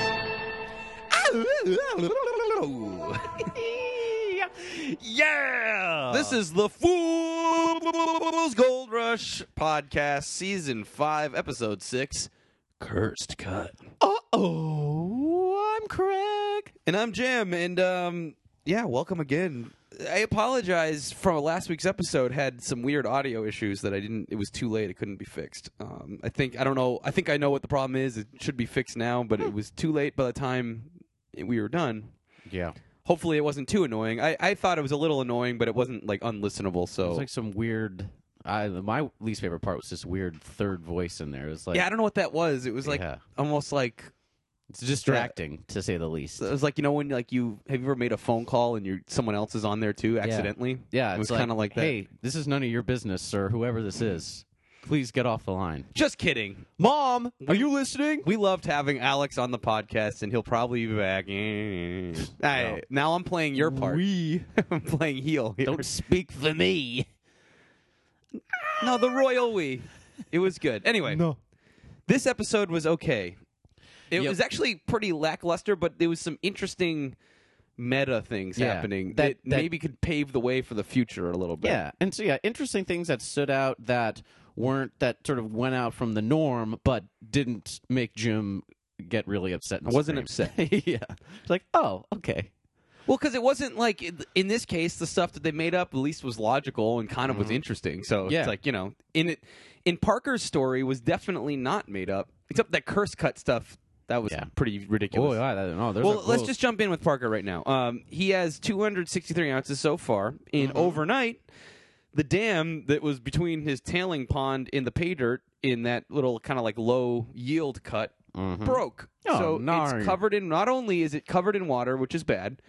is the Fool's Gold Rush podcast, season five, episode six, cursed cut. Uh oh, I'm Craig, and I'm Jim, and um, yeah, welcome again. I apologize from last week's episode had some weird audio issues that I didn't. It was too late; it couldn't be fixed. Um, I think I don't know. I think I know what the problem is. It should be fixed now, but it was too late by the time we were done. Yeah. Hopefully, it wasn't too annoying. I, I thought it was a little annoying, but it wasn't like unlistenable. So It's like some weird. I, my least favorite part was this weird third voice in there. It was like yeah, I don't know what that was. It was like Yeah. almost like it's distracting to say the least. it was like you know when like you have you ever made a phone call and you someone else is on there too accidentally. yeah, it it's was kind of like that. hey, this is none of your business, sir. Whoever this is, please get off the line. Just kidding. Mom, are you listening? We loved having Alex on the podcast, and he'll probably be back. I- Now I'm playing your part. We I'm playing heel. Here. don't speak for me. No, the royal we. It was good. Anyway, this episode was okay. It Yep. was actually pretty lackluster, but there was some interesting meta things Yeah, happening that, that- that- maybe could pave the way for the future a little bit. Yeah, and so yeah, interesting things that stood out that weren't that sort of went out from the norm, but didn't make Jim get really upset. And I wasn't scream. yeah, it's like oh, okay. Well, because it wasn't like in this case, the stuff that they made up at least was logical and kind of was interesting. So Mm-hmm. Yeah. it's like you know, in it, in Parker's story was definitely not made up, except that curse cut stuff that was Yeah. pretty ridiculous. yeah, that- no, there's well, a- let's whoa. just jump in with Parker right now. Um, he has 263 ounces so far, and overnight, the dam that was between his tailing pond and the pay dirt in that little kind of like low yield cut broke. Oh, so narn. it's covered in. Not only is it covered in water, which is bad,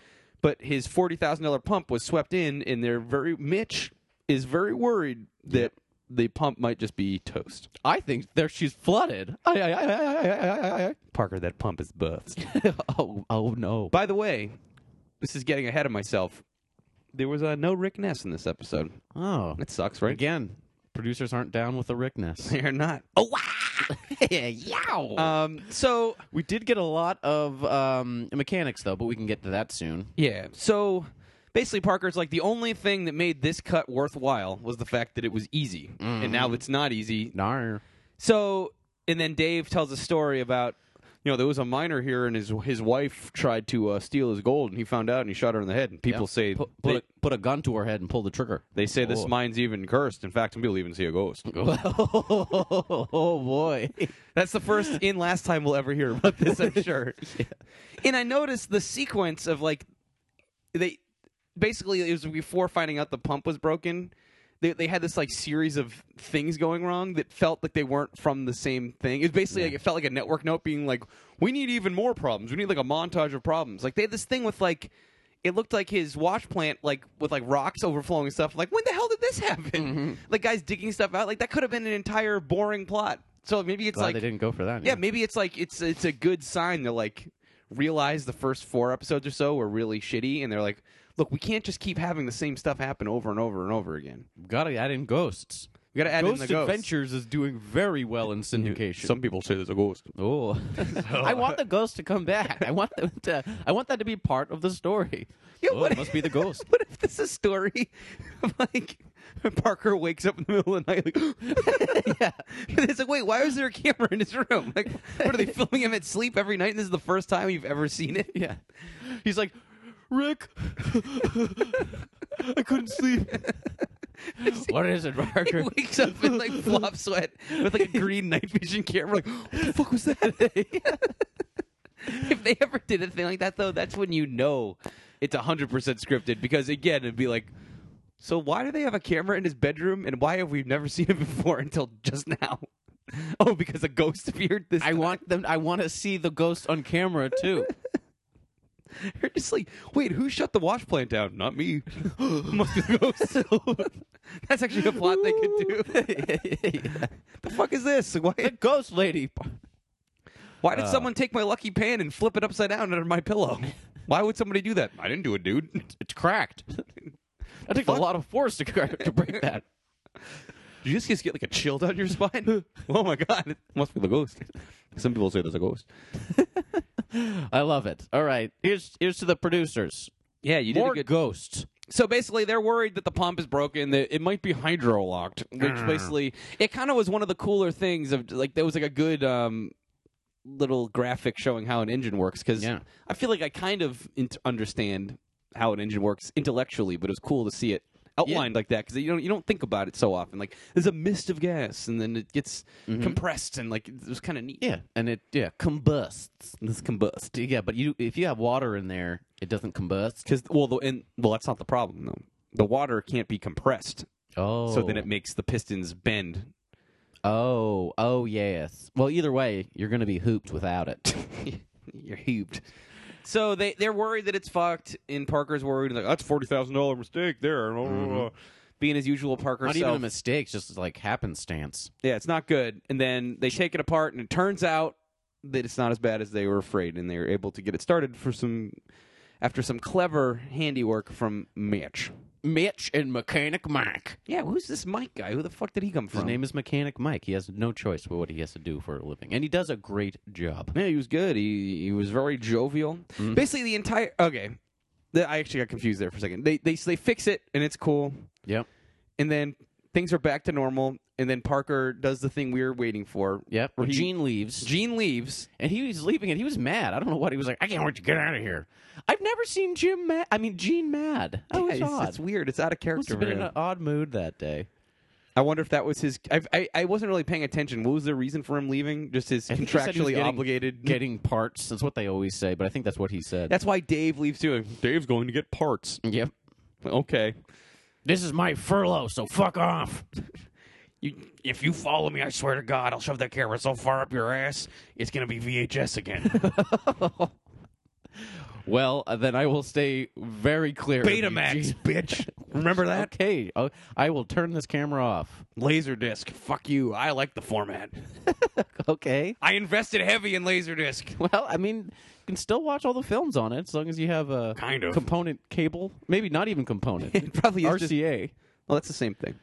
but his forty thousand dollar pump was swept in, and they're very. Mitch is very worried that. The pump might just be toast. I think there she's flooded. Ay, ay, ay, ay, ay, ay, ay, ay, Parker, that pump is buffed. ay. oh, oh no. By the way, this is getting ahead of myself. There was uh, no Rick Ness in this episode. Oh, That sucks, right? again, producers aren't down with the rickness. They're not. oh wow! Yow! Um. So we did get a lot of um, mechanics though, but we can get to that soon. yeah. So basically, Parker's like the only thing that made this cut worthwhile was the fact that it was easy, and now Mm-hmm. it's not easy. Nar. So and then Dave tells a story about. You know, there was a miner here, and his his wife tried to uh, steal his gold, and he found out, and he shot her in the head. And people say Put, put, they, a, put a gun to her head and pull the trigger. they say this Oh. mine's even cursed. In fact, some people even see a ghost. oh boy! That's the first and last time we'll ever hear about this, I'm sure. And I noticed the sequence of like they basically it was before finding out the pump was broken. They they had this like series of things going wrong that felt like they weren't from the same thing. It was basically like it felt like a network note being like, "We need even more problems. We need like a montage of problems." Like they had this thing with like. It looked like his wash plant, like with like rocks overflowing and stuff. Like, when the hell did this happen? Mm-hmm. Like guys digging stuff out. Like that could have been an entire boring plot. So maybe it's Glad like they didn't go for that. yeah, maybe it's like it's it's a good sign to like realize the first four episodes or so were really shitty, and they're like, look, we can't just keep having the same stuff happen over and over and over again. gotta add in ghosts. We got to add Ghost in the ghosts. Adventures is doing very well in syndication. people say there's a ghost. Oh, I want the ghost to come back. I want them to. I want that to be part of the story. Yeah, oh, what- it must be the ghost. What if this is a story of like Parker wakes up in the middle of the night like Yeah. It's like, wait, why was there a camera in his room? Like what are they filming him at sleep every night and this is the first time you've ever seen it? Yeah, he's like, Rick, I couldn't sleep. what is it, He Parker? wakes up in like flop sweat with like a green night vision camera. Like, what the fuck was that? if they ever did a thing like that, though, that's when you know it's hundred percent scripted. Because again, it'd be like, so why do they have a camera in his bedroom, and why have we never seen it before until just now? Oh, because a ghost appeared. This I want them. I want to see the ghost on camera too. You're just like, wait, who shut the wash plant down? Not me. Must be the ghost. That's actually a plot they could do. The fuck is this? Why? The ghost lady. Why did Uh, someone take my lucky pan and flip it upside down under my pillow? Why would somebody do that? I didn't do it, dude. It's cracked. That takes a lot of force to, crack, to break that. Did you just just get like a chill down your spine? oh my god, it must be the ghost. Some people say there's a ghost. I love it. All right, here's here's to the producers. Yeah, you did More a good. ghosts. so basically, they're worried that the pump is broken. That it might be hydrolocked, Mm. which basically it kind of was one of the cooler things of like there was like a good um, little graphic showing how an engine works because Yeah. I feel like I kind of int- understand how an engine works intellectually, but it was cool to see it outlined like that because you don't you don't think about it so often. Like there's a mist of gas, and then it gets Mm-hmm. compressed, and like it was kind of neat. Yeah, and it yeah combusts. This combust. Yeah, but you if you have water in there, it doesn't combust. Because well, the, and well, that's not the problem though. The water can't be compressed, Oh, so then it makes the pistons bend. Oh, oh yes. Well, either way, you're going to be hooped without it. You're heaved. So they they're worried that it's fucked, and Parker's worried like that's forty thousand dollar mistake there. blah, blah, blah." Being his usual Parker Not self. even a mistake, just like happenstance. yeah, it's not good. And then they take it apart, and it turns out that it's not as bad as they were afraid, and they were able to get it started for some after some clever handiwork from Mitch. Mitch and Mechanic Mike. Yeah, who's this Mike guy? Who the fuck did he come from? His name is Mechanic Mike. He has no choice what he has to do for a living, and he does a great job. Yeah, he was good. He he was very jovial. Basically, the entire okay. The- I actually got confused there for a second. They they they fix it and it's cool, Yep, and then things are back to normal. And then Parker does the thing we were waiting for. yep. Where he- Gene leaves, Gene leaves. and he was leaving, and he was mad. I don't know what he was like. I can't wait to get out of here. I've never seen Jim mad. I mean, Gene mad. Oh, Yeah, it's it's, odd. it's weird. It's out of Must character. have been for in him. an odd mood that day. I wonder if that was his. I, I I wasn't really paying attention. What was the reason for him leaving? Just his I think he said he was contractually getting- obligated. Getting parts. That's what they always say, but I think that's what he said. That's why Dave leaves too. Dave's going to get parts. yep. Okay. This is my furlough, so fuck off. You, if you follow me, I swear to God, I'll shove that camera so far up your ass, it's gonna be VHS again. Well, uh, then I will stay very clear. of you, Gene. bitch. Remember Okay, oh, I will turn this camera off. Laserdisc. Fuck you. I like the format. Okay. I invested heavy in Laserdisc. Well, I mean, you can still watch all the films on it as long as you have a Kind of. component cable. Maybe not even component. It probably is just- RCA. Well, that's the same thing.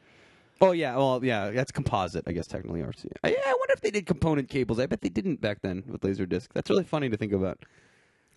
Oh yeah, well yeah, that's composite, I guess technically RC. I, yeah, I wonder if they did component cables. I bet they didn't back then with Laserdisc. That's really funny to think about.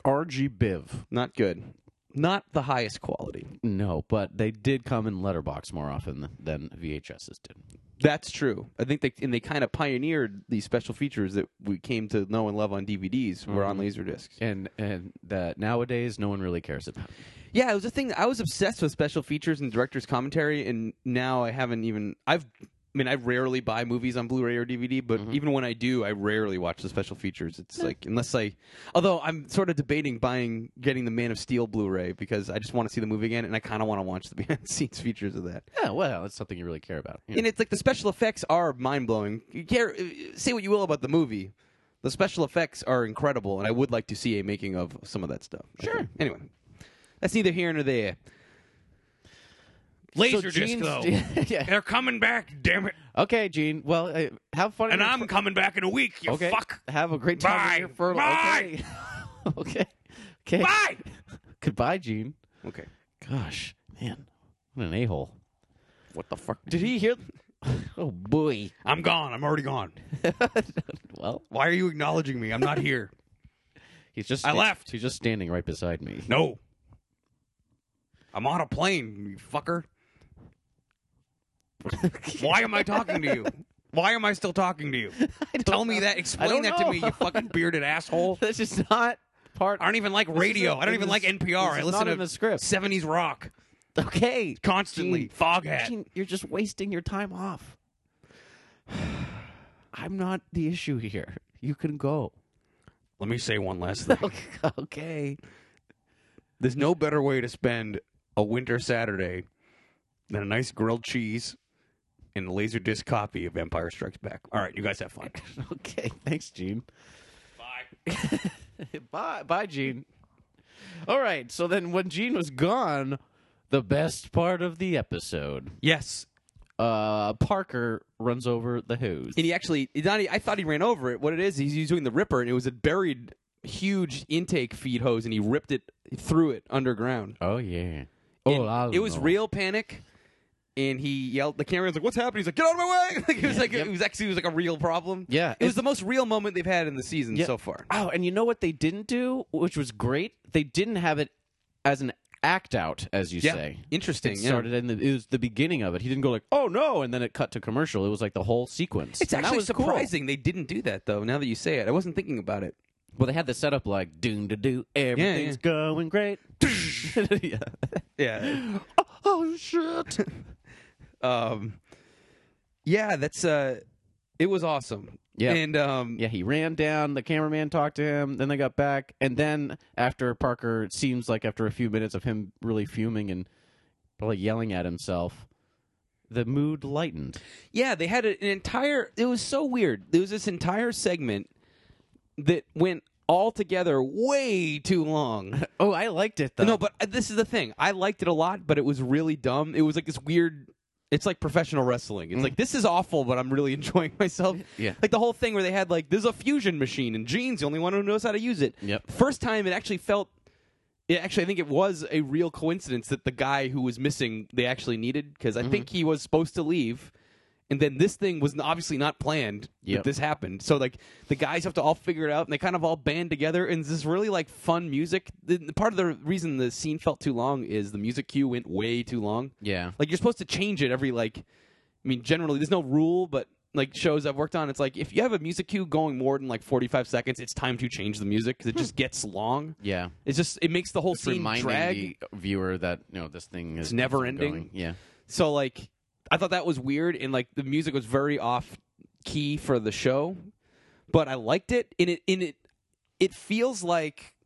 RGBIV. Not good. Not the highest quality. No, but they did come in letterbox more often than VHSs did. That's true. I think they and they kind of pioneered these special features that we came to know and love on DVDs were on Laserdiscs. And and that nowadays no one really cares about. Yeah, it was a thing. I was obsessed with special features and director's commentary, and now I haven't even. I've, I mean, I rarely buy movies on Blu-ray or DVD, but even when I do, I rarely watch the special features. It's like unless I, although I'm sort of debating buying getting the Man of Steel Blu-ray because I just want to see the movie again, and I kind of want to watch the behind the scenes features of that. Yeah, well, that's something you really care about. Yeah. And it's like the special effects are mind blowing. You care, uh, say what you will about the movie, the special effects are incredible, and I would like to see a making of some of that stuff. I Sure. think. Anyway, that's neither here nor there. So Gene's- yeah. They're coming back, damn it. Okay, Gene. Well, uh, have fun. And in your I'm coming back in a week, you Okay. fuck. Have a great time. Bye. with your furlough. Bye. Okay. okay. Okay. Bye! Goodbye, Gene. Okay. Gosh, man, what an a hole. What the fuck? Did he hear? oh boy. I'm gone. I'm already gone. Well, Why are you acknowledging me? I'm not here. he's just. I left. He's just standing right beside me. No. I'm on a plane, you fucker. Why am I talking to you? Why am I still talking to you? Tell me that. Explain don't that to me, know. you fucking bearded asshole. This is not part. I don't even like radio. I don't even like NPR. I is listen not to in the script. 70s rock Okay. constantly. Gene, Foghat. Gene, you're just wasting your time off. I'm not the issue here. You can go. Let me say one last thing. Okay. There's no better way to spend a winter Saturday than a nice grilled cheese and a laser disc copy of Empire Strikes Back. All right, you guys have fun. Okay. Thanks, Gene. Bye. bye, bye, Gene. All right. So then, when Gene was gone, the best part of the episode, Yes. uh, Parker runs over the hose. And he actually, he not, I thought he ran over it. What it is, he's, he's doing the ripper, and it was a buried, huge intake feed hose, and he ripped it through it underground. Oh yeah. Oh, And I it was know. real panic. And he yelled. The camera was like, "What's happening?" He's like, "Get out of my way!" Like it was like it was actually it was like a real problem. Yeah, it it's- was the most real moment they've had in the season Yeah. so far. Oh, and you know what they didn't do, which was great. They didn't have it as an act out, as you Yeah. say. Interesting. It yeah. started in the, it was the beginning of it. He didn't go like, "Oh no," and then it cut to commercial. It was like the whole sequence. It's And that actually was cool. surprising they didn't do that though. Now that you say it, I wasn't thinking about it. Well, they had the setup like doom to do, everything's going great. yeah. Yeah. Oh shit! Um. Yeah, that's uh, it was awesome. Yeah. And um, yeah, he ran down. The cameraman talked to him. Then they got back, and then after Parker, it seems like after a few minutes of him really fuming and probably yelling at himself, the mood lightened. Yeah, they had an entire. It was so weird. There was this entire segment that went all together way too long. Oh, I liked it though. no, but uh, this is the thing. I liked it a lot, but it was really dumb. It was like this weird. It's like professional wrestling. It's like this is awful, but I'm really enjoying myself. Mm. Yeah. Like the whole thing where they had like there's a fusion machine and Gene's the only one who knows how to use it. Yep. First time it actually felt. It actually, I think it was a real coincidence that the guy who was missing they actually needed because I Mm-hmm. think he was supposed to leave, and then this thing was obviously not planned Yep. that this happened. So like the guys have to all figure it out, and they kind of all band together, and this really like fun music. The, the part of the reason the scene felt too long is the music cue went way too long. yeah, Like you're supposed to change it every like, I mean, generally there's no rule, but like shows I've worked on, it's like if you have a music cue going more than like 45 seconds, it's time to change the music because it just gets long. yeah. It's just it makes the whole It's scene reminding drag. the viewer that you know this thing is It's never ending. going. Yeah, So like I thought that was weird and like the music was very off key for the show, but I liked it and it in it it feels like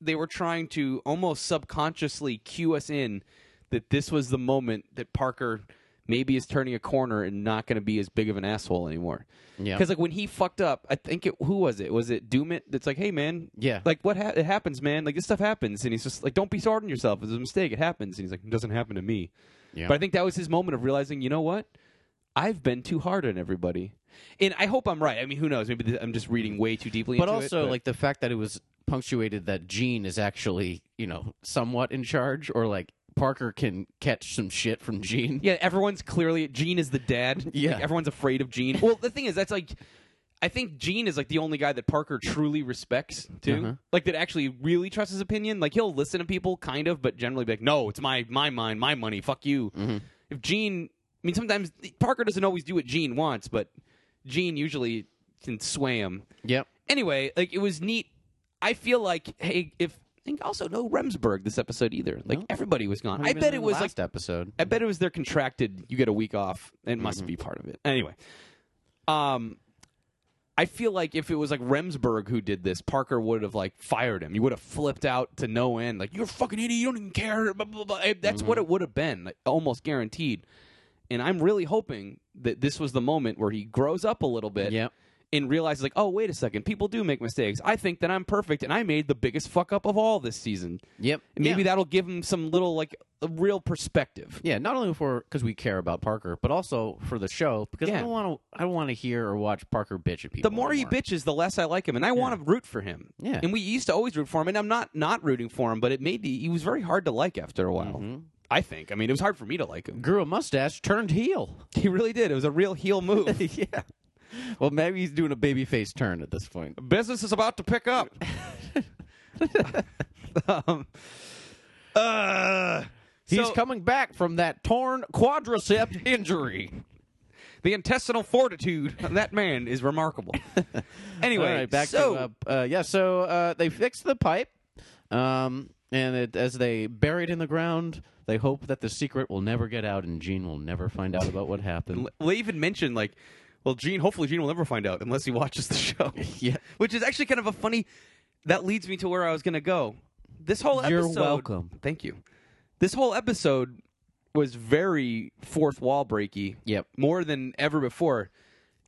they were trying to almost subconsciously cue us in that this was the moment that Parker maybe is turning a corner and not going to be as big of an asshole anymore. yeah, Because like when he fucked up, I think it who was it? Was it Doomit? That's like, hey man, yeah. like what ha- it happens, man. Like this stuff happens, and he's just like, don't be hard on yourself. It's a mistake. It happens, and he's like, it doesn't happen to me. Yeah. But I think that was his moment of realizing, you know what? I've been too hard on everybody, and I hope I'm right. I mean, who knows? Maybe th- I'm just reading way too deeply. but into it, also like the fact that it was punctuated that Gene is actually you know somewhat in charge, or like Parker can catch some shit from Gene. yeah, everyone's clearly Gene is the dad. Yeah. Like, everyone's afraid of Gene. Well, the thing is, that's like. I think Gene is like the only guy that Parker truly respects too. Uh-huh. Like that actually really trusts his opinion. Like he'll listen to people kind of, but generally be like, "No, it's my my mind, my money. Fuck you." Mm-hmm. If Gene, I mean, sometimes Parker doesn't always do what Gene wants, but Gene usually can sway him. Yep. Anyway, like it was neat. I feel like hey, if I think also no Remsburg this episode either. Like No. everybody was gone. I bet it was like last episode. I bet it was their contracted. You get a week off. It must Mm-hmm. be part of it. Anyway, um, I feel like if it was like Remsburg who did this, Parker would have like fired him. You would have flipped out to no end. Like you're a fucking idiot. You don't even care. Blah, blah, blah. Eh, Mm-hmm. That's what it would have been, like, almost guaranteed. And I'm really hoping that this was the moment where he grows up a little bit Yep. and realizes like, oh wait a second, people do make mistakes. I think that I'm perfect and I made the biggest fuck up of all this season. Yep. And maybe yeah. that'll give him some little like a real perspective. Yeah, not only for because we care about Parker, but also for the show because I Yeah. don't want to. I don't want to hear or watch Parker bitch at people. the more he anymore. bitches, the less I like him, and I want to root for him. Yeah. and we used to always root for him, and I'm not not rooting for him, but it made the, he was very hard to like after a while. Mm-hmm. I think. I mean, it was hard for me to like him. grew a mustache, turned heel. He really did. It was a real heel move. yeah. Well, maybe he's doing a baby face turn at this point. Business is about to pick up. um, uh, He's so coming back from that torn quadricep injury. the intestinal fortitude of that man is remarkable. anyway, All right, back so to uh, uh, yeah. So uh, they fixed the pipe, um, and it, as they bury it in the ground, they hope that the secret will never get out, and Gene will never find out about what happened. Well, they even mentioned like, well, Gene. Hopefully, Gene will never find out unless he watches the show. Yeah. which is actually kind of a funny. That leads me to where I was going to go. This whole You're episode. welcome. Thank you. This whole episode was very fourth wall breaky. Yep. more than ever before.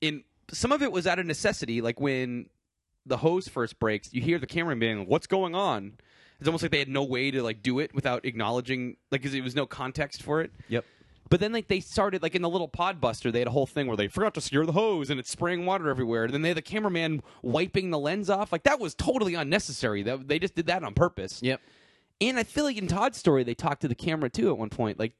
In some of it was out of necessity, like when the hose first breaks, you hear the cameraman being, like, "What's going on?" It's almost like they had no way to like do it without acknowledging, like, because there was no context for it. Yep. But then like they started like in the little podbuster, they had a whole thing where they forgot to secure the hose and it's spraying water everywhere. And then they had the cameraman wiping the lens off. Like that was totally unnecessary. That they just did that on purpose. Yep. And I feel like in Todd's story they talked to the camera too at one point. Like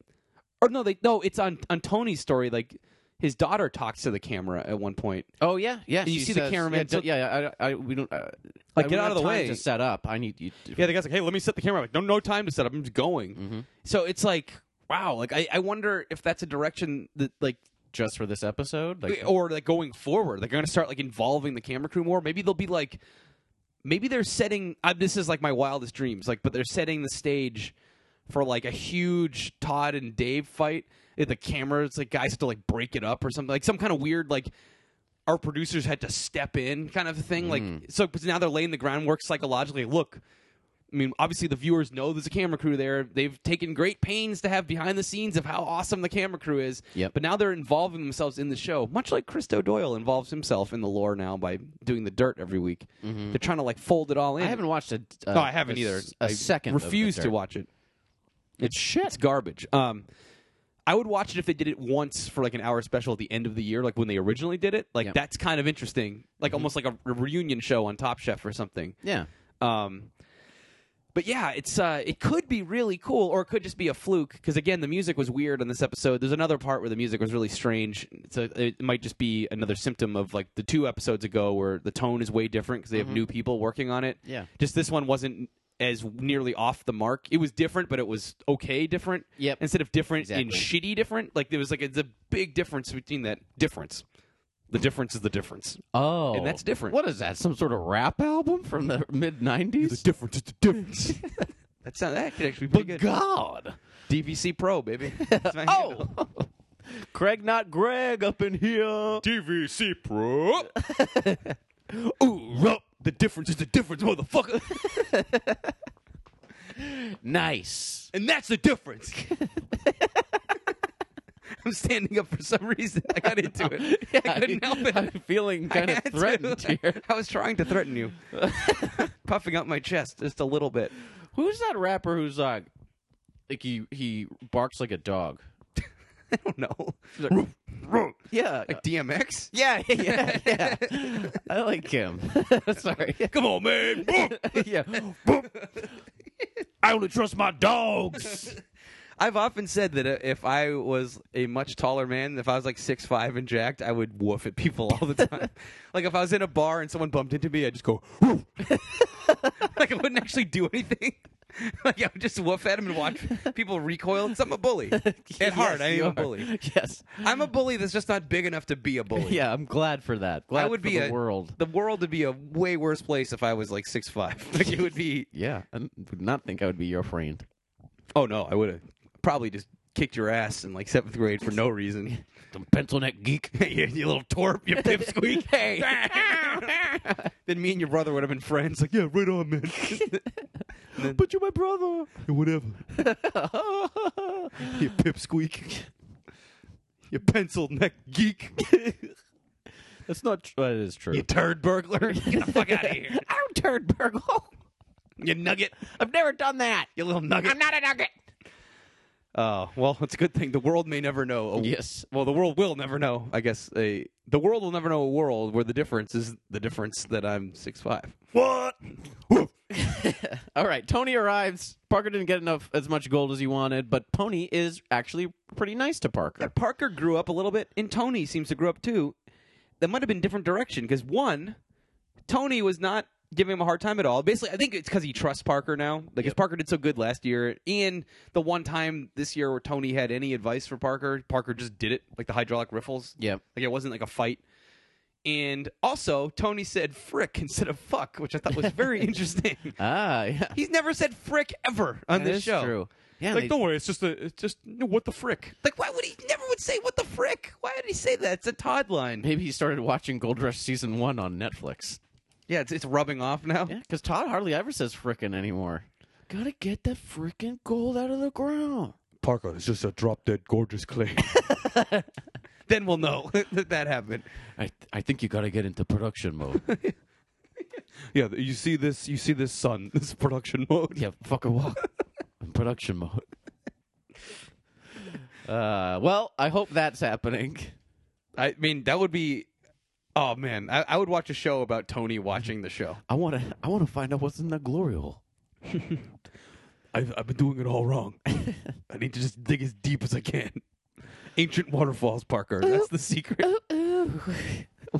or no, they no, it's on on Tony's story, like his daughter talks to the camera at one point. Oh yeah, yeah. And you she see the says- cameraman Yeah, took- d- yeah, yeah, I, I, we don't. Uh, Like, I get don't out of have the time way. to set up. I need you. to- Yeah, the guy's like, "Hey, let me set the camera." up. like, no, no time to set up. I'm just going. So it's like, wow. Like, I, I wonder if that's a direction that like just for this episode. Like, or like going forward they're going to start like involving the camera crew more maybe they'll be like maybe they're setting I, this is like my wildest dreams like but they're setting the stage for like a huge todd and dave fight if the cameras like guys have to like break it up or something like some kind of weird like our producers had to step in kind of thing Mm. like so but now they're laying the groundwork psychologically look I mean, obviously the viewers know there's a camera crew there. They've taken great pains to have behind the scenes of how awesome the camera crew is. Yep. But now they're involving themselves in the show, much like Christo Doyle involves himself in the lore now by doing the dirt every week. They're trying to like fold it all in. Mm-hmm. I haven't watched a. Uh, No, I haven't a either. s- I A second. of the Refuse to dirt. watch it. It's shit. It's garbage. Um, I would watch it if they did it once for like an hour special at the end of the year, like when they originally did it. Like Yep. that's kind of interesting, Mm-hmm. like almost like a re- reunion show on Top Chef or something. Yeah. Um, but yeah, it's uh, it could be really cool, or it could just be a fluke. Because again, the music was weird on this episode. There's another part where the music was really strange. So it might just be another symptom of like the two episodes ago where the tone is way different because they have new people working on it. Mm-hmm. Yeah. just this one wasn't as nearly off the mark. It was different, but it was okay different. Yep. Instead of different in Exactly. shitty different, like there was like it's a big difference between that difference. The difference is the difference. Oh, And that's different. What is that? Some sort of rap album from the mid The '90s? difference is the difference. that sounds uh, that could actually be pretty But good. God. DVC Pro, baby. Oh. Craig, not Greg, up in here. DVC Pro. Ooh, rup. The difference is the difference, motherfucker. Nice. And that's the difference. I'm standing up for some reason. I got into it. I couldn't help it. I'm feeling I kind of had to. threatened here. I was trying to threaten you, puffing up my chest just a little bit. Who's that rapper who's like, like he he barks like a dog? I don't know. Yeah, Like DMX? yeah, yeah, yeah. I like him. Sorry. Come on, man. yeah. I only trust my dogs. I've often said that uh, if I was a much taller man, if I was like six five and jacked, I would woof at people all the time. like if I was in a bar and someone bumped into me, I'd just go, "Woof." like I wouldn't actually do anything. like I would just woof at him and watch people recoil. 'cause I'm a bully at heart. I am a bully. Yes. I'm a bully that's just not big enough to be a bully. Yeah, I'm glad for that. Glad I would for be the a, world. The world would be a way worse place if I was like six five. Like it would be. Yeah, I would not think I would be your friend. Oh no, I would have probably just kicked your ass in like seventh grade for no reason. Some pencil neck geek. you, you little twerp, you pipsqueak. hey. then me and your brother would have been friends. Like, yeah, right on, man. But you're my brother. Yeah, whatever. you pipsqueak. You pencil neck geek. That's not. Tr- that is true. you turd burglar. Get the fuck out of here. I don't turd burgle. You nugget. I've never done that. You little nugget. not a nugget. Oh, well, it's a good thing. The world may never know. A, Yes. Well, the world will never know. I guess a, the world will never know a world where the difference is the difference that I'm six five. What? All right. Tony arrives. Parker didn't get enough as much gold as he wanted, but Pony is actually pretty nice to Parker. Parker grew up a little bit, and Tony seems to grow up too. That might have been different direction because one, Tony was not giving him a hard time at all. Basically, I think it's because he trusts Parker now. Like, because Parker did so good last year, and the one time this year where Tony had any advice for Parker, Parker just did it, like the hydraulic riffles. Yeah. like it wasn't like a fight. And also, Tony said "frick" instead of "fuck," which I thought was very interesting. Ah, yeah. He's never said "frick" ever on That this is show. true. Yeah. Like, they- don't worry. It's just a. It's just what the frick. Like, why would he never would say "what the frick"? Why would he say that? It's a Todd line. maybe he started watching Gold Rush season one on Netflix. Yeah, it's, it's rubbing off now. Yeah, because Todd hardly ever says frickin' anymore. Gotta get that frickin' gold out of the ground. Parker, it's just a drop dead gorgeous clay. Then we'll know that that happened. I I think you gotta get into production mode. yeah, you see this. You see this sun. This production mode. yeah, fucking walk. In production mode. Uh, well, I hope that's happening. I mean, that would be. Oh man, I, I would watch a show about Tony watching the show. I want to. I want to find out what's in that glory hole. I've, I've been doing it all wrong. I need to just dig as deep as I can. Ancient waterfalls, Parker. That's the secret. Uh,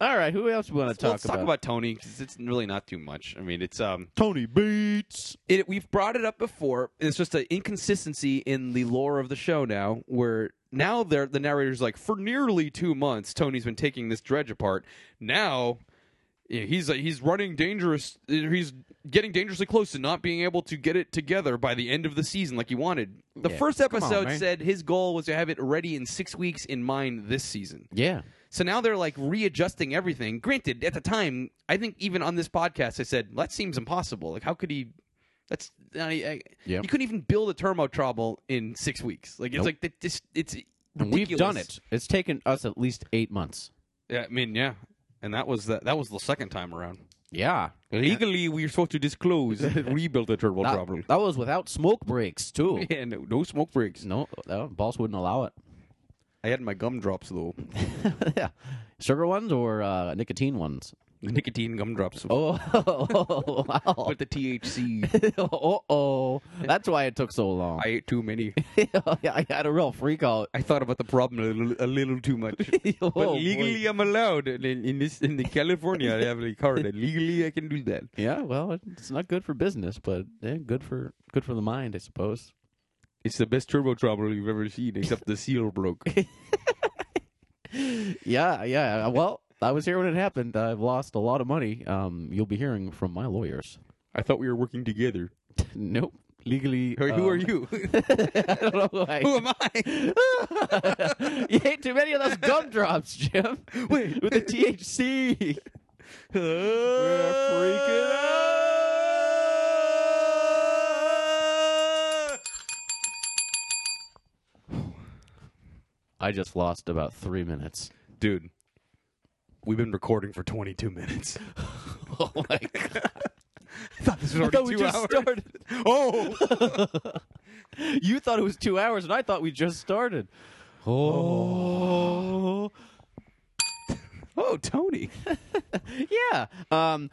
All right, who else we want to talk, Well, let's talk about, Tony because it's really not too much. I mean, it's um, Tony Beats. it, we've brought it up before. and It's just an inconsistency in the lore of the show now, where now they're, the narrator's like, for nearly two months, Tony's been taking this dredge apart. Now yeah, he's uh, he's running dangerous. He's getting dangerously close to not being able to get it together by the end of the season like he wanted. The Yeah, first on, episode man. said his goal was to have it ready in six weeks in mind this season. Yeah. So now they're like readjusting everything. Granted, at the time, I think even on this podcast, I said that seems impossible. Like, how could he? That's I, I, Yep. you couldn't even build a turbo trouble in six weeks. Like it's Nope. like that. Just it's And we've ridiculous. done it. It's taken us at least eight months. Yeah, I mean, yeah, and that was the, that was the second time around. Yeah. Legally, we are supposed to disclose and rebuild the turbo That, problem. that was without smoke breaks, too. Yeah, no, no smoke breaks. no, uh, boss wouldn't allow it. I had my gumdrops though, yeah. Sugar ones or uh, nicotine ones? the nicotine gumdrops Oh, wow. with the THC. oh, oh. That's why it took so long. I ate too many. I had a real freak out. I thought about the problem a little, a little too much. Oh, But boy. legally, I'm allowed in, in this in the California. I have a card. and Legally, I can do that. Yeah, well, it's not good for business, but eh, good for good for the mind, I suppose. It's the best turbo trouble you've ever seen, except the seal broke. Yeah, yeah. uh, Well, I was here when it happened. I've lost a lot of money. Um, you'll be hearing from my lawyers. I thought we were working together. Nope, legally. Who, who are um, you? I don't know who I. who am I? you ate too many of those gumdrops, Jim. Wait, with the THC. We're freaking out. I just lost about three minutes. Dude, we've been recording for 22 minutes. Oh my god! I thought this was thought we already two just hours. started. Oh, You thought it was two hours, and I thought we just started. Oh. oh, Tony. Yeah. Um,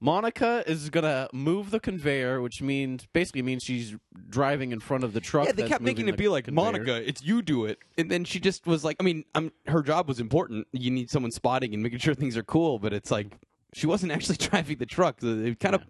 Monica is gonna move the conveyor, which means basically means she's driving in front of the truck. Yeah, they that's kept making moving it the be like conveyor. Monica, it's you do it, and then she just was like, I mean, i her job was important. You need someone spotting and making sure things are cool, but it's like she wasn't actually driving the truck. So They kind of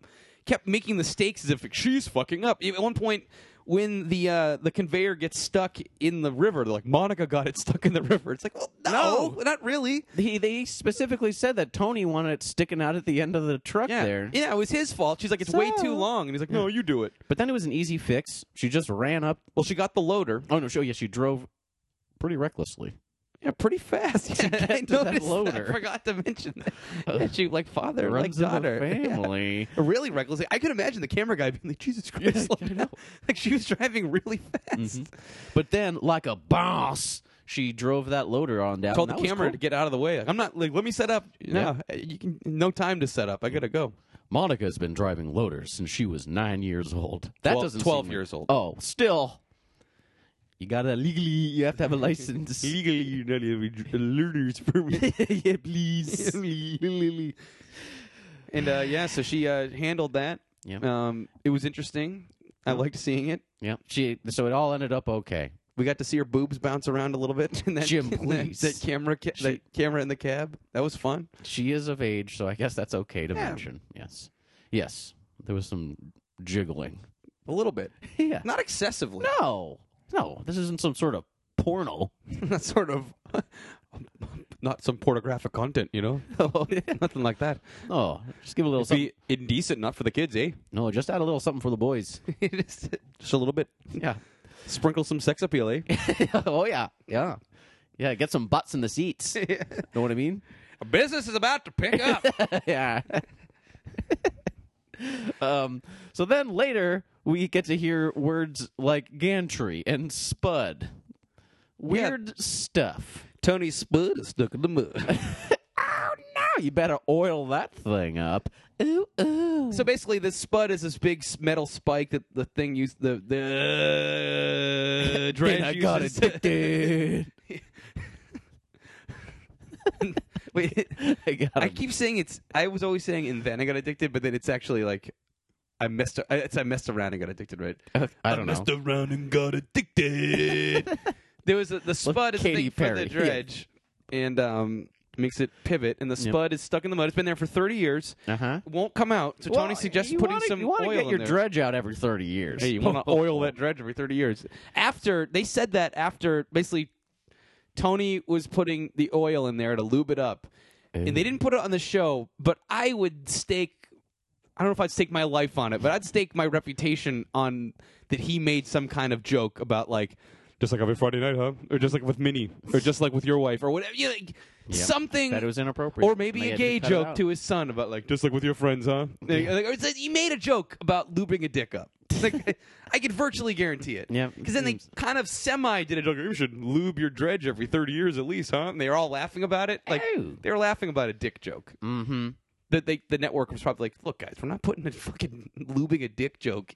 kept making the stakes as if like, she's fucking up. At one point, when the uh, the conveyor gets stuck in the river, they're like Monica got it stuck in the river. It's like, well, no, not really. He, they specifically said that Tony wanted it sticking out at the end of the truck Yeah, there. yeah, it was his fault. She's like, it's way too So- long, and he's like, no, you do it. But then it was an easy fix. She just ran up. Well, she got the loader. Oh no! She, oh, yeah, she drove pretty recklessly. Yeah, pretty fast. Yeah, I get to that noticed. loader. I forgot to mention that. Yeah, she like father, like Runs in daughter. the Yeah. family. Really recklessly. I could imagine the camera guy being like, Jesus Christ. like, like, she was driving really Mm-hmm. fast. But then, like a boss, she drove that loader on down. Told That the was camera cool. to get out of the way. Like, I'm not like, let me set up. No, you can no time to set up. I gotta go. Monica's been driving loaders since she was nine years old. That Twelve- doesn't 12 seem years old. Oh, still, you gotta legally, you have to have a license. Legally, you don't have a learner's permit. yeah, please. And uh, yeah, so she uh, handled that. Yep. Um, it was interesting. I Uh-huh. liked seeing it. yeah, she. So it all ended up okay. We got to see her boobs bounce around a little bit in that, Jim, in that, please. that camera ca- that camera in the cab. That was fun. She is of age, so I guess that's okay to Yeah. mention. Yes, yes. There was some jiggling. A little bit. Yeah. Not excessively. No, no. This isn't some sort of porno. Not sort of not some pornographic content, you know? Nothing like that. Oh, just give a little something. Be indecent, not for the kids, eh? No, just add a little something for the boys. just, just a little bit. yeah. Sprinkle some sex appeal, eh? oh yeah, yeah, yeah. Get some butts in the seats. know what I mean? Business is about to pick up. yeah. um. So then later we get to hear words like gantry and spud. Weird stuff. Tony Spud is stuck in the mud. Oh no! You better oil that thing up. Ooh ooh. so basically, this spud is this big s- metal spike that the thing used the the uh, dredge And I got uses. addicted. Wait, I got. I a- keep saying it's. I was always saying, and then I got addicted, but then it's actually like I messed. I- It's I messed around and got addicted, right? I don't know. around and got addicted. there was a, the spud is the Katy thing for Perry. the dredge, and um, makes it pivot, and the Yep. spud is stuck in the mud. It's been there for thirty years. Uh huh. Won't come out. So Tony suggests putting some You want to oil get in your there. dredge out every thirty years. Hey, you want to oil that dredge every 30 years. After they said that after basically Tony was putting the oil in there to lube it up. And they didn't put it on the show, but I would stake I don't know if I'd stake my life on it, but I'd stake my reputation on that he made some kind of joke about like just like every Friday night, huh? Or just like with Minnie, or just like with your wife, or whatever. You like, Something that it was inappropriate, or maybe a gay joke to his son about like just like with your friends, huh? Like, like, or it's like, you made a joke about lubing a dick up. Like, I could virtually guarantee it. Yeah, Mm. Because then they seems- kind of semi did a joke. You should lube your dredge every thirty years at least, huh? And they were all laughing about it. Like Ew. they were laughing about a dick joke. Mm-hmm. That they the network was probably like, look, guys, we're not putting a fucking lubing a dick joke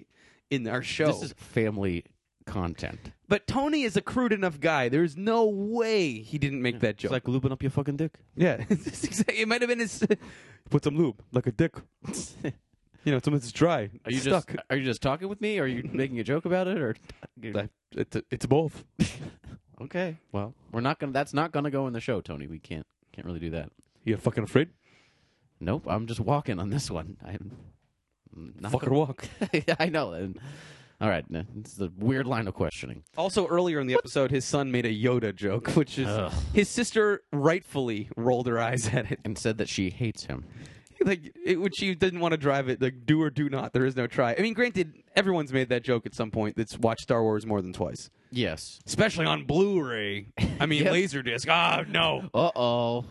in our show. This is family content. but Tony is a crude enough guy. There's no way he didn't make that It's joke. like lubing up your fucking dick. yeah, It's exact- it might have been his. Put some lube, like a dick. You know, sometimes it's dry. Are you stuck. just are you just talking with me? Or are you making a joke about it? Or It's, it's both. okay, well, we're not gonna. That's not gonna go in the show, Tony. We can't can't really do that. You fucking afraid? Nope, I'm just walking on this one. I'm not Fucking walk. gonna- I know. And, all right, no, it's a weird line of questioning. Also, earlier in the episode, his son made a Yoda joke, which is Ugh. his sister rightfully rolled her eyes at it. and said that she hates him. Like, it, which she didn't want to drive it. Like, do or do not. There is no try. I mean, granted, everyone's made that joke at some point. That's watched Star Wars more than twice, Yes. especially on Blu-ray. I mean, Yep. Laserdisc. Ah, no, Uh oh.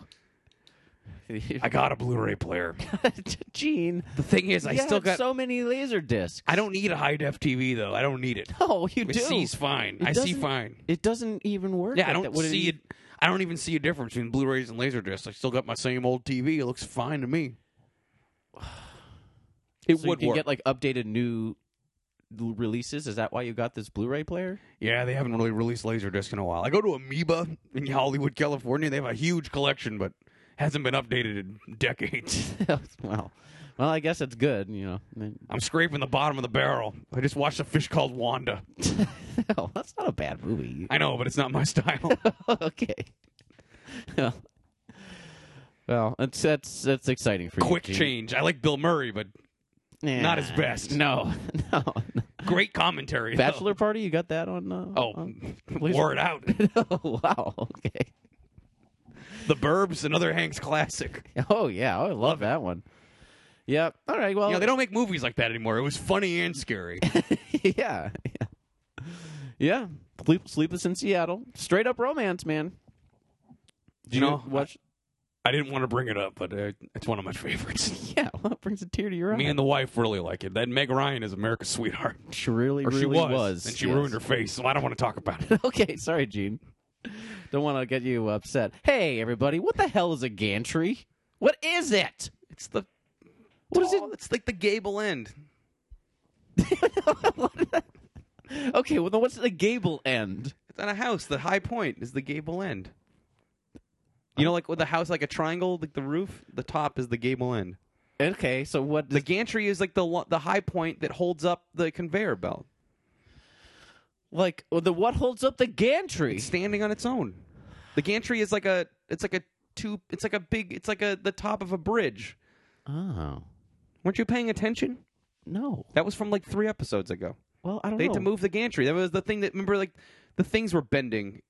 I got a Blu-ray player. Gene. The thing is, I you still had got. so many laser discs. I don't need a high def TV though. I don't need it. know you It do. sees fine. It I see doesn't- fine. It doesn't even work. Yeah, I like don't that. What see it. I don't even see a difference between Blu-rays and Laserdiscs. I still got my same old TV. It looks fine to me. It So you would can work. get like updated new l- releases. Is that why you got this Blu-ray player? Yeah, they haven't really released Laserdisc in a while. I go to Amoeba in Hollywood, California. They have a huge collection, but hasn't been updated in decades. well, well, I guess it's good. You know, I mean, I'm scraping the bottom of the barrel. I just watched a fish called Wanda. no, Oh, that's not a bad movie. I know, but it's not my style. okay. well, well, it's that's that's exciting for Quick you. Gene. change. I like Bill Murray, but Nah, not his best. No, no. great commentary. though. Bachelor Party, you got that on? Uh, Oh, on- wore it out. oh, wow. Okay. The Burbs, another Hanks classic. Oh yeah, I love that one. Yep. All right. Well, You know, they don't make movies like that anymore. It was funny and scary. yeah, yeah, yeah. Sleep, Sleepless in Seattle. Straight up romance, man. Do You know, watch? I didn't want to bring it up, but uh, it's one of my favorites. yeah. Well, it brings a tear to your eye. Me and the wife really like it. That Meg Ryan is America's sweetheart. she really, Or really she was, was. and she yes. ruined her face, so I don't want to talk about it. okay, sorry, Gene. Don't want to get you upset. Hey, everybody, what the hell is a gantry? What is it? it's the What is it? Oh, It's like the gable end. Okay, well, then what's the gable end? It's on a house. The high point is the gable end. You know, like with the house, like a triangle, like the roof, the top is the gable end. Okay, so what? The Does, gantry is like the lo- the high point that holds up the conveyor belt, like well, the what holds up the gantry? standing on its own. The gantry is like a it's like a two it's like a big it's like a the top of a bridge. Oh Weren't you paying attention? no. That was from like three episodes ago. Well, I don't They know. had to move the gantry. That was the thing that remember like the things were bending,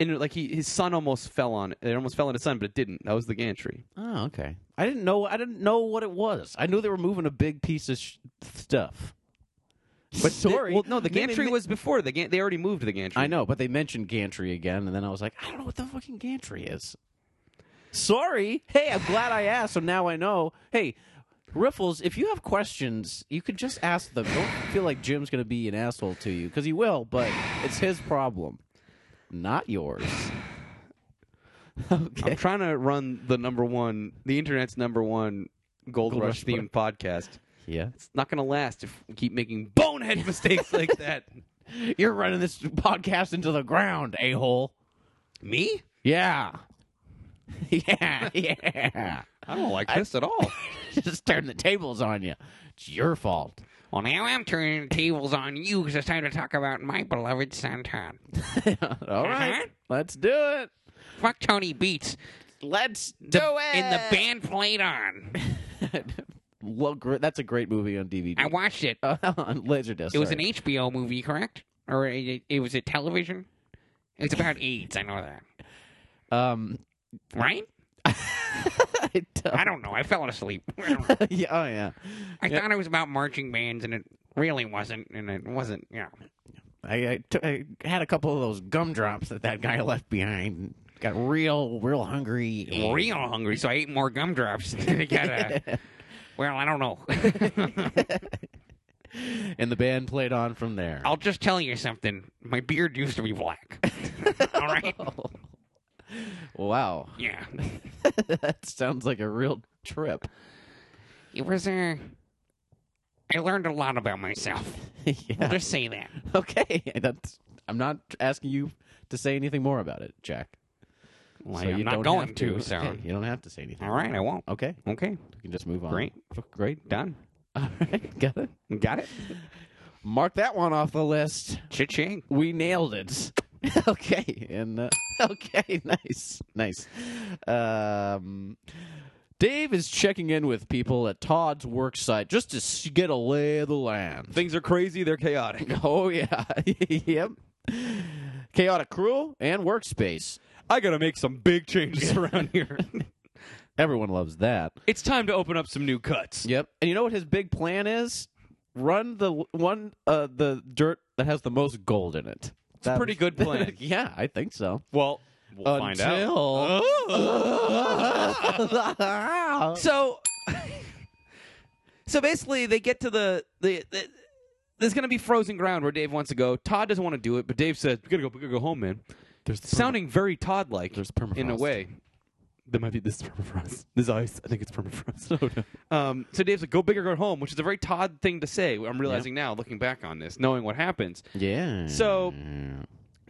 and like he his son almost fell on it. It almost fell on his son, but it didn't. That was the gantry. Oh, okay. I didn't know. I didn't know what it was. I knew they were moving a big piece of sh- stuff. But They- sorry. well, no, the They- gantry they- was before the gan- They already moved the gantry. I know, but they mentioned gantry again, and then I was like, I don't know what the fucking gantry is. Sorry. Hey, I'm glad I asked, so now I know. Hey, Riffles, if you have questions, you could just ask them. Don't feel like Jim's going to be an asshole to you, because he will, but it's his problem, not yours. I'm Okay. trying to run the number one, the internet's number one Gold, Gold Rush Rush themed podcast. Yeah. It's not going to last if we keep making bonehead mistakes like that. You're running this podcast into the ground, a hole. Me? Yeah. Yeah. Yeah. I don't like this at all. just turn the tables on you. It's your fault. Well, now I'm turning the tables on you because it's time to talk about my beloved son Todd. All Uh-huh. right, let's do it. Fuck Tony Beats. Let's The- And the band played on. band. well, gr- that's a great movie on DVD. I watched it. Uh, on Laserdisc. It was an sorry. HBO movie, correct? Or it, it was it television? It's about AIDS. I know that, e- Um, right? I don't- I don't know. I fell asleep. yeah, oh yeah. I thought it was about marching bands, and it really wasn't. And it wasn't. You know. I I t- I had a couple of those gumdrops that that guy left behind. and Got real, real hungry. and- real hungry, so I ate more gumdrops. I got a, well, I don't know. and the band played on from there. I'll just tell you something. My beard used to be black. All right. Wow, Yeah. that sounds like a real trip. It was Uh, I learned a lot about myself. I'll yeah. just say that. Okay. That's. I'm not asking you to say anything more about it, Jack. Well, so I'm you not don't going have to. to. so. Okay, you don't have to say anything. All right, I won't. Okay, Okay. we can just move on. Great. Great. Done. All right, got it. Got it. Mark that one off the list. Cha-ching. we nailed it. okay, and uh, okay, nice, nice. Um, Dave is checking in with people at Todd's work site just to s- get a lay of the land. Things are crazy. They're chaotic. Oh yeah, yep. Chaotic crew and workspace. I gotta make some big changes around here. Everyone loves that. It's time to open up some new cuts. Yep. And you know what his big plan is? Run the l- one uh the dirt that has the most gold in it. It's a pretty good plan. yeah, I think so. Well, we'll find out. Until So, so basically, they get to the the. the there's going to be frozen ground where Dave wants to go. Todd doesn't want to do it, but Dave says, "We gotta go. We gotta go home, man." There's the Sounding very Todd-like There's in a permafrost. way. There might be this is permafrost. This ice. I think it's permafrost. Oh, no. Um, so Dave's like, "Go big or go home," which is a very Todd thing to say. I'm realizing now, looking back on this, knowing what happens. yeah. So-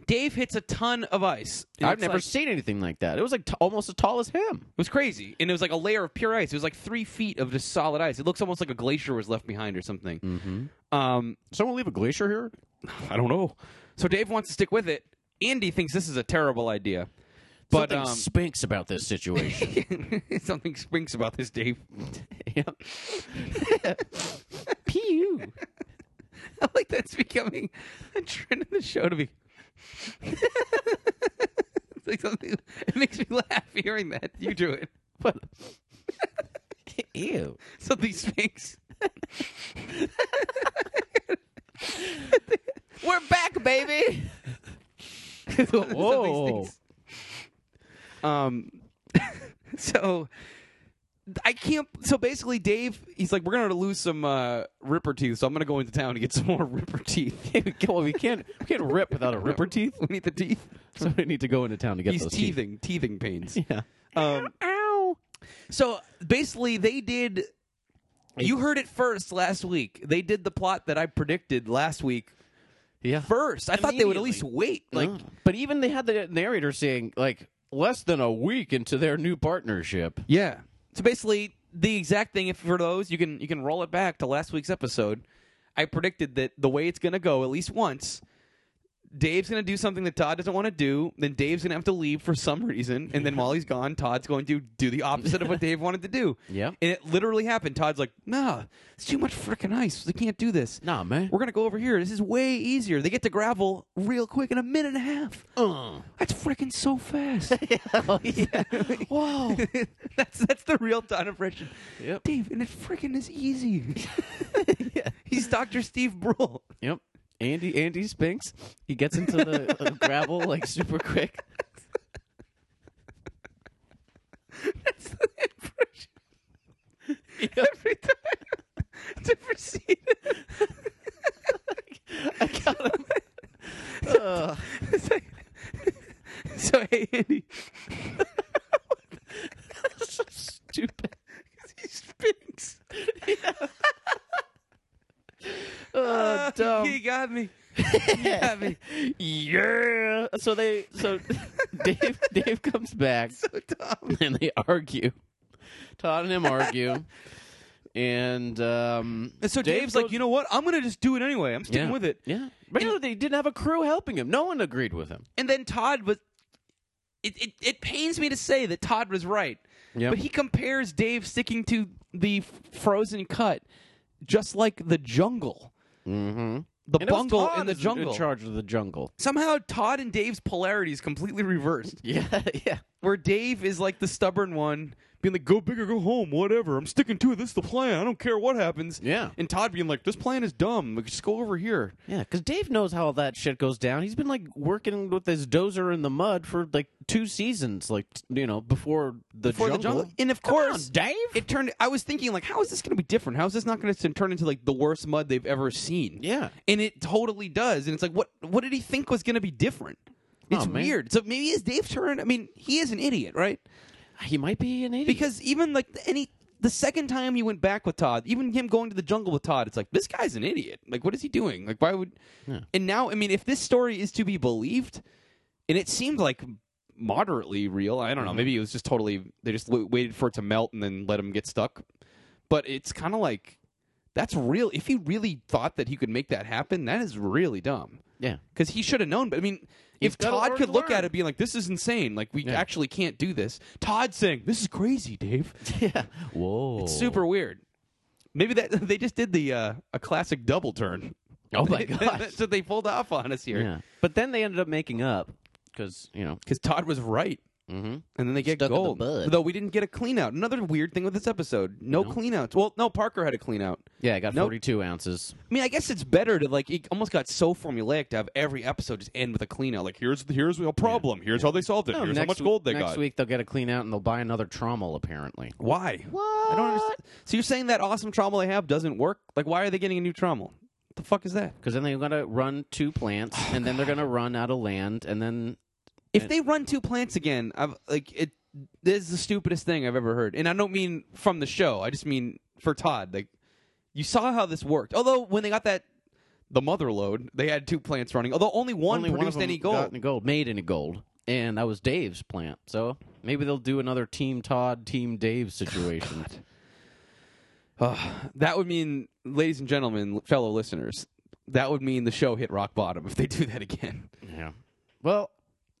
Dave hits a ton of ice. And I've it's never like- seen anything like that. It was like t- almost as tall as him. It was crazy, and it was like a layer of pure ice. It was like three feet of just solid ice. It looks almost like a glacier was left behind or something. Mm-hmm. Um, Someone leave a glacier here? I don't know. So Dave wants to stick with it. Andy thinks this is a terrible idea, But but Something um, spinks about this situation. something sprinks about this, Dave. Yep. Pew. I like that's becoming a trend in the show to be. It's like something, it makes me laugh hearing that. You do it. What? Ew. Something sphinx. We're back, baby. Whoa. Um, so I can't. So basically, Dave, he's like, we're gonna lose some uh, ripper teeth, so I'm gonna go into town and get some more ripper teeth. we, can't, we can't we can't rip without a ripper teeth. we need the teeth. So we need to go into town to get he's those teething, teething pains. teeth. Yeah. Um, Ow. so basically, they did. You heard it first last week. They did the plot that I predicted last week Yeah. first. I thought they would at least wait. Like, No. but even they had the narrator saying like less than a week into their new partnership. Yeah. So basically, the exact thing. If for those you can you can roll it back to last week's episode, I predicted that the way it's going to go, at least once, Dave's going to do something that Todd doesn't want to do. Then Dave's going to have to leave for some reason, and then while he's gone, Todd's going to do the opposite of what Dave wanted to do. Yeah. And it literally happened. Todd's like, "Nah, it's too much freaking ice. They can't do this. Nah, man. We're going to go over here. This is way easier. They get to gravel real quick in a minute and a half. Uh. oh, That's freaking so fast." Whoa. that's that's the real Don impression. Yep. Dave, and it freaking is easy. He's Dr. Steve Brule. yep. Andy Andy Spinks. He gets into the uh, gravel like super quick. That's the impression. Every time. to proceed. I got him. Uh, It's like- so, hey, Andy. so stupid. He spinks. Uh, dumb. He got me. He got me. Yeah. So they so Dave Dave comes back So dumb. and they argue. Todd and him argue. And um, And so Dave Dave's goes- like, you know what? I'm gonna just do it anyway. I'm sticking Yeah. with it. yeah, but you know, they didn't have a crew helping him. No one agreed with him. And then Todd was. It, it, it pains me to say that Todd was right, Yeah, but he compares Dave sticking to the f- frozen cut, just like the jungle, mm-hmm. the and it was bungle Todd in the is jungle. in charge of the jungle. Somehow Todd and Dave's polarities completely reversed, Yeah, yeah. where Dave is like the stubborn one, being like, "Go big or go home, whatever. I'm sticking to it. This is the plan. I don't care what happens." Yeah. And Todd being like, "This plan is dumb. Just go over here." Yeah, because Dave knows how all that shit goes down. He's been like working with his dozer in the mud for like two seasons, like t- you know, before the Before the jungle. jungle. And of Come on, course, Dave. it turned i was thinking like how is this going to be different how is this not going to turn into like the worst mud they've ever seen yeah, and it totally does and it's like what what did he think was going to be different it's Oh, man. weird so maybe is dave turn i mean he is an idiot right he might be an idiot. because even like any the second time he went back with todd even him going to the jungle with todd it's like this guy's an idiot like what is he doing like why would Yeah. and now i mean if this story is to be believed and it seemed like moderately real i don't know maybe it was just totally they just w- waited for it to melt and then let him get stuck but it's kind of like that's real if he really thought that he could make that happen that is really dumb yeah, because he should have known. But I mean, He's if gotta Todd learn could to look learn. at it being like, "This is insane. Like we Yeah. actually can't do this," Todd saying, "This is crazy, Dave. yeah. Whoa, It's super weird." Maybe that they just did the uh, a classic double turn. Oh my gosh. That's what they pulled off on us here Yeah, but then they ended up making up because you know. because Todd was right, Mm-hmm. and then they get Stuck in the gold. bud. Though we didn't get a clean out. Another weird thing with this episode: no, clean outs. Well, no, Parker had a clean out. Yeah, I got Nope. forty-two ounces. I mean, I guess it's better to like. It almost got so formulaic to have every episode just end with a clean out. Like here's here's a problem. Here's how they solved it. No, here's how Oh, next much w- gold they next got. week they'll get a clean out and they'll buy another trommel. Apparently, Why? What? I don't understand. So you're saying that awesome trauma they have doesn't work? Like, why are they getting a new trauma? What the fuck is that? because then they're gonna run two plants and then they're gonna run out of land and then If they run two plants again, I've like it. This is the stupidest thing I've ever heard, and I don't mean from the show. I just mean for Todd. Like, you saw how this worked. Although when they got that the mother load, they had two plants running. Although only one only one of produced them any got gold. any gold, made any gold, and that was Dave's plant. So maybe they'll do another Team Todd, Team Dave situation. Ugh, that would mean, ladies and gentlemen, fellow listeners, that would mean the show hit rock bottom if they do that again. yeah. Well,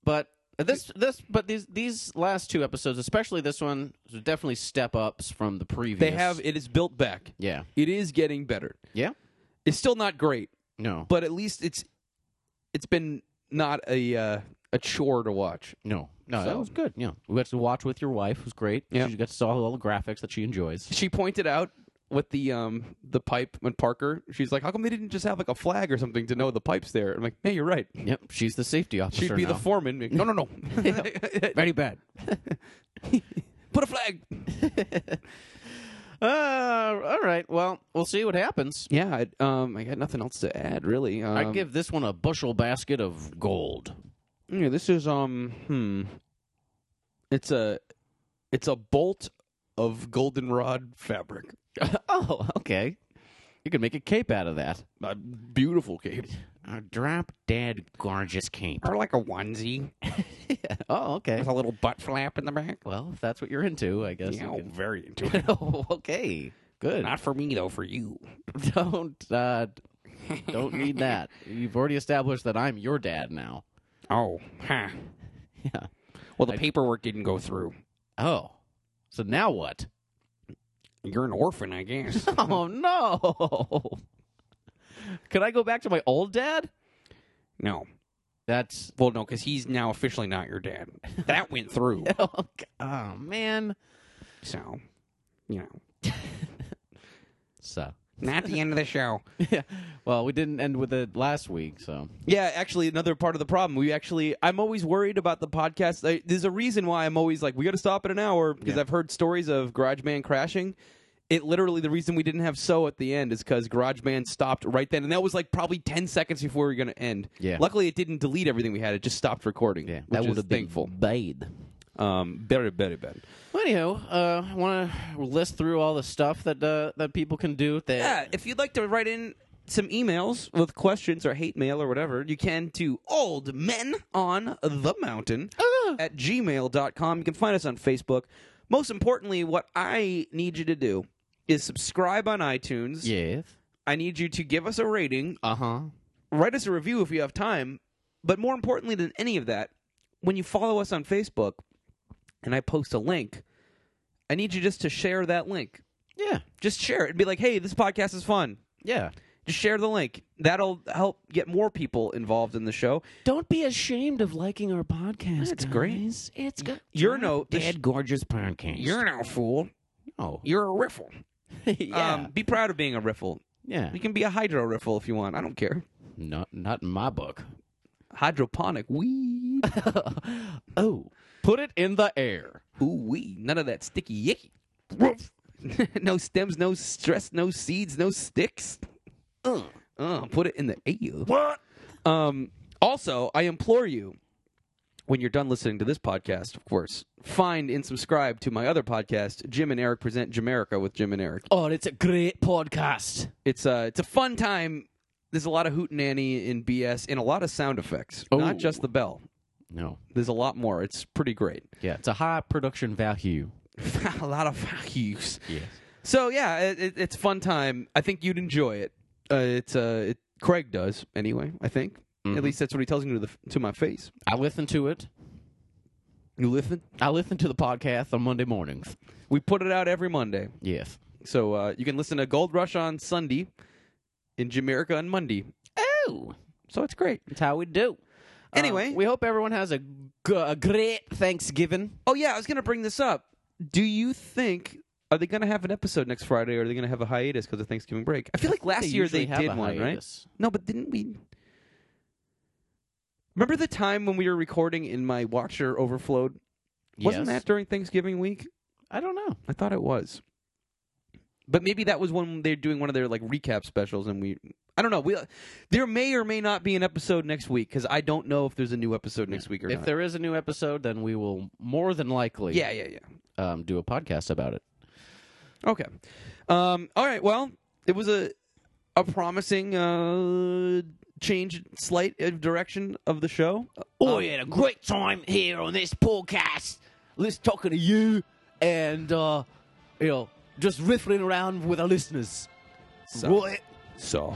but this this but these these last two episodes, especially this one, was definitely step ups from the previous. They have it is built back. Yeah. It is getting better. Yeah. It's still not great, No. but at least it's it's been not a uh, a chore to watch. no. No. So- That was good. Yeah. We got to watch with your wife. It was great. Yeah. She got to saw all the graphics that she enjoys. She pointed out with the um the pipe and Parker, she's like, "How come they didn't just have like a flag or something to know the pipe's there?" I'm like, "Hey, you're right. Yep. She's the safety officer. She'd be the now. foreman." No, no, no. Very bad. Put a flag. Uh, all right. Well, we'll see what happens. Yeah, I, um, I got nothing else to add really. Um, I'd give this one a bushel basket of gold. Yeah, this is um hmm. It's a it's a bolt of goldenrod fabric. oh, okay. You could make a cape out of that. A beautiful cape. A drop dead gorgeous cape. Or like a onesie Oh, okay. with a little butt flap in the back. Well, if that's what you're into, I guess. Yeah, you I'm very into it. could- oh, okay. Good. Not for me though, for you. Don't uh, don't need that. You've already established that I'm your dad now. Oh, huh. Yeah. Well, the paperwork didn't go through. Oh. So now what? You're an orphan, I guess. Oh no. Could I go back to my old dad? no. That's Well, no, because he's now officially not your dad. That went through. oh, g- oh man. So, you know, So not the end of the show. yeah. Well, we didn't end with it last week, so Yeah, actually, another part of the problem. We actually, I'm always worried about the podcast. I, there's a reason why I'm always like, we got to stop at an hour because Yeah. I've heard stories of GarageBand crashing. It literally, the reason we didn't have so at the end is because GarageBand stopped right then, and that was like probably 10 seconds before we were going to end. Yeah. Luckily, it didn't delete everything we had; it just stopped recording. yeah, which that would is have been thankful. bad. Um, very, very bad. Well, anyhow, uh, I want to list through all the stuff that uh, that people can do. That Yeah, if you'd like to write in some emails with questions or hate mail or whatever, you can to old men on the mountain at gmail.com. You can find us on Facebook. Most importantly, what I need you to do is subscribe on iTunes. Yes. I need you to give us a rating, Uh huh. write us a review if you have time, but more importantly than any of that, when you follow us on Facebook and I post a link, I need you just to share that link. Yeah. Just share it and be like, "Hey, this podcast is fun." Yeah. Just share the link. That'll help get more people involved in the show. Don't be ashamed of liking our podcast. It's great. guys. It's good. You're no- the sh- dead gorgeous podcast. Oh. You're no fool. no. You're a riffle. yeah. Um, be proud of being a riffle. yeah. You can be a hydro riffle if you want. I don't care. Not not in my book. Hydroponic weed. oh, put it in the air. Ooh wee, none of that sticky yicky. no stems, no stress, no seeds, no sticks. Uh, uh, put it in the air. What? Um, also, I implore you, when you're done listening to this podcast, of course, find and subscribe to my other podcast, Jim and Eric Present Jamerica with Jim and Eric. Oh, it's a great podcast. It's a it's a fun time. There's a lot of hootenanny and BS and a lot of sound effects, not Oh. just the bell. No. There's a lot more. It's pretty great. Yeah, it's a high production value. a lot of values. Yes. So yeah, it, it, it's fun time. I think you'd enjoy it. Uh, it's uh, it, Craig does anyway. I think at least that's what he tells me to the to my face. I listen to it. You listen. I listen to the podcast on Monday mornings. We put it out every Monday, Yes. so uh, you can listen to Gold Rush on Sunday, in Jamaica on Monday. Oh, So it's great. that's how we do. Anyway. Uh, we hope everyone has a, g- a great Thanksgiving. Oh yeah, I was gonna bring this up. Do you think are they gonna have an episode next Friday, or are they gonna have a hiatus because of Thanksgiving break? I feel like last year they usually have did a one, right? hiatus. No, but didn't we? Remember the time when we were recording and my watcher overflowed? Wasn't Yes. that during Thanksgiving week? I don't know. I thought it was. But maybe that was when they're doing one of their like recap specials, and we. I don't know. We there may or may not be an episode next week because I don't know if there's a new episode next week or If not. there is a new episode, then we will more than likely yeah, yeah, yeah. um, do a podcast about it. Okay. Um, all right. Well, it was a a promising uh, change, slight uh, direction of the show. Oh, we had a great time here on this podcast. Let's talking to you and, uh, you know, just riffling around with our listeners. So. Right. So.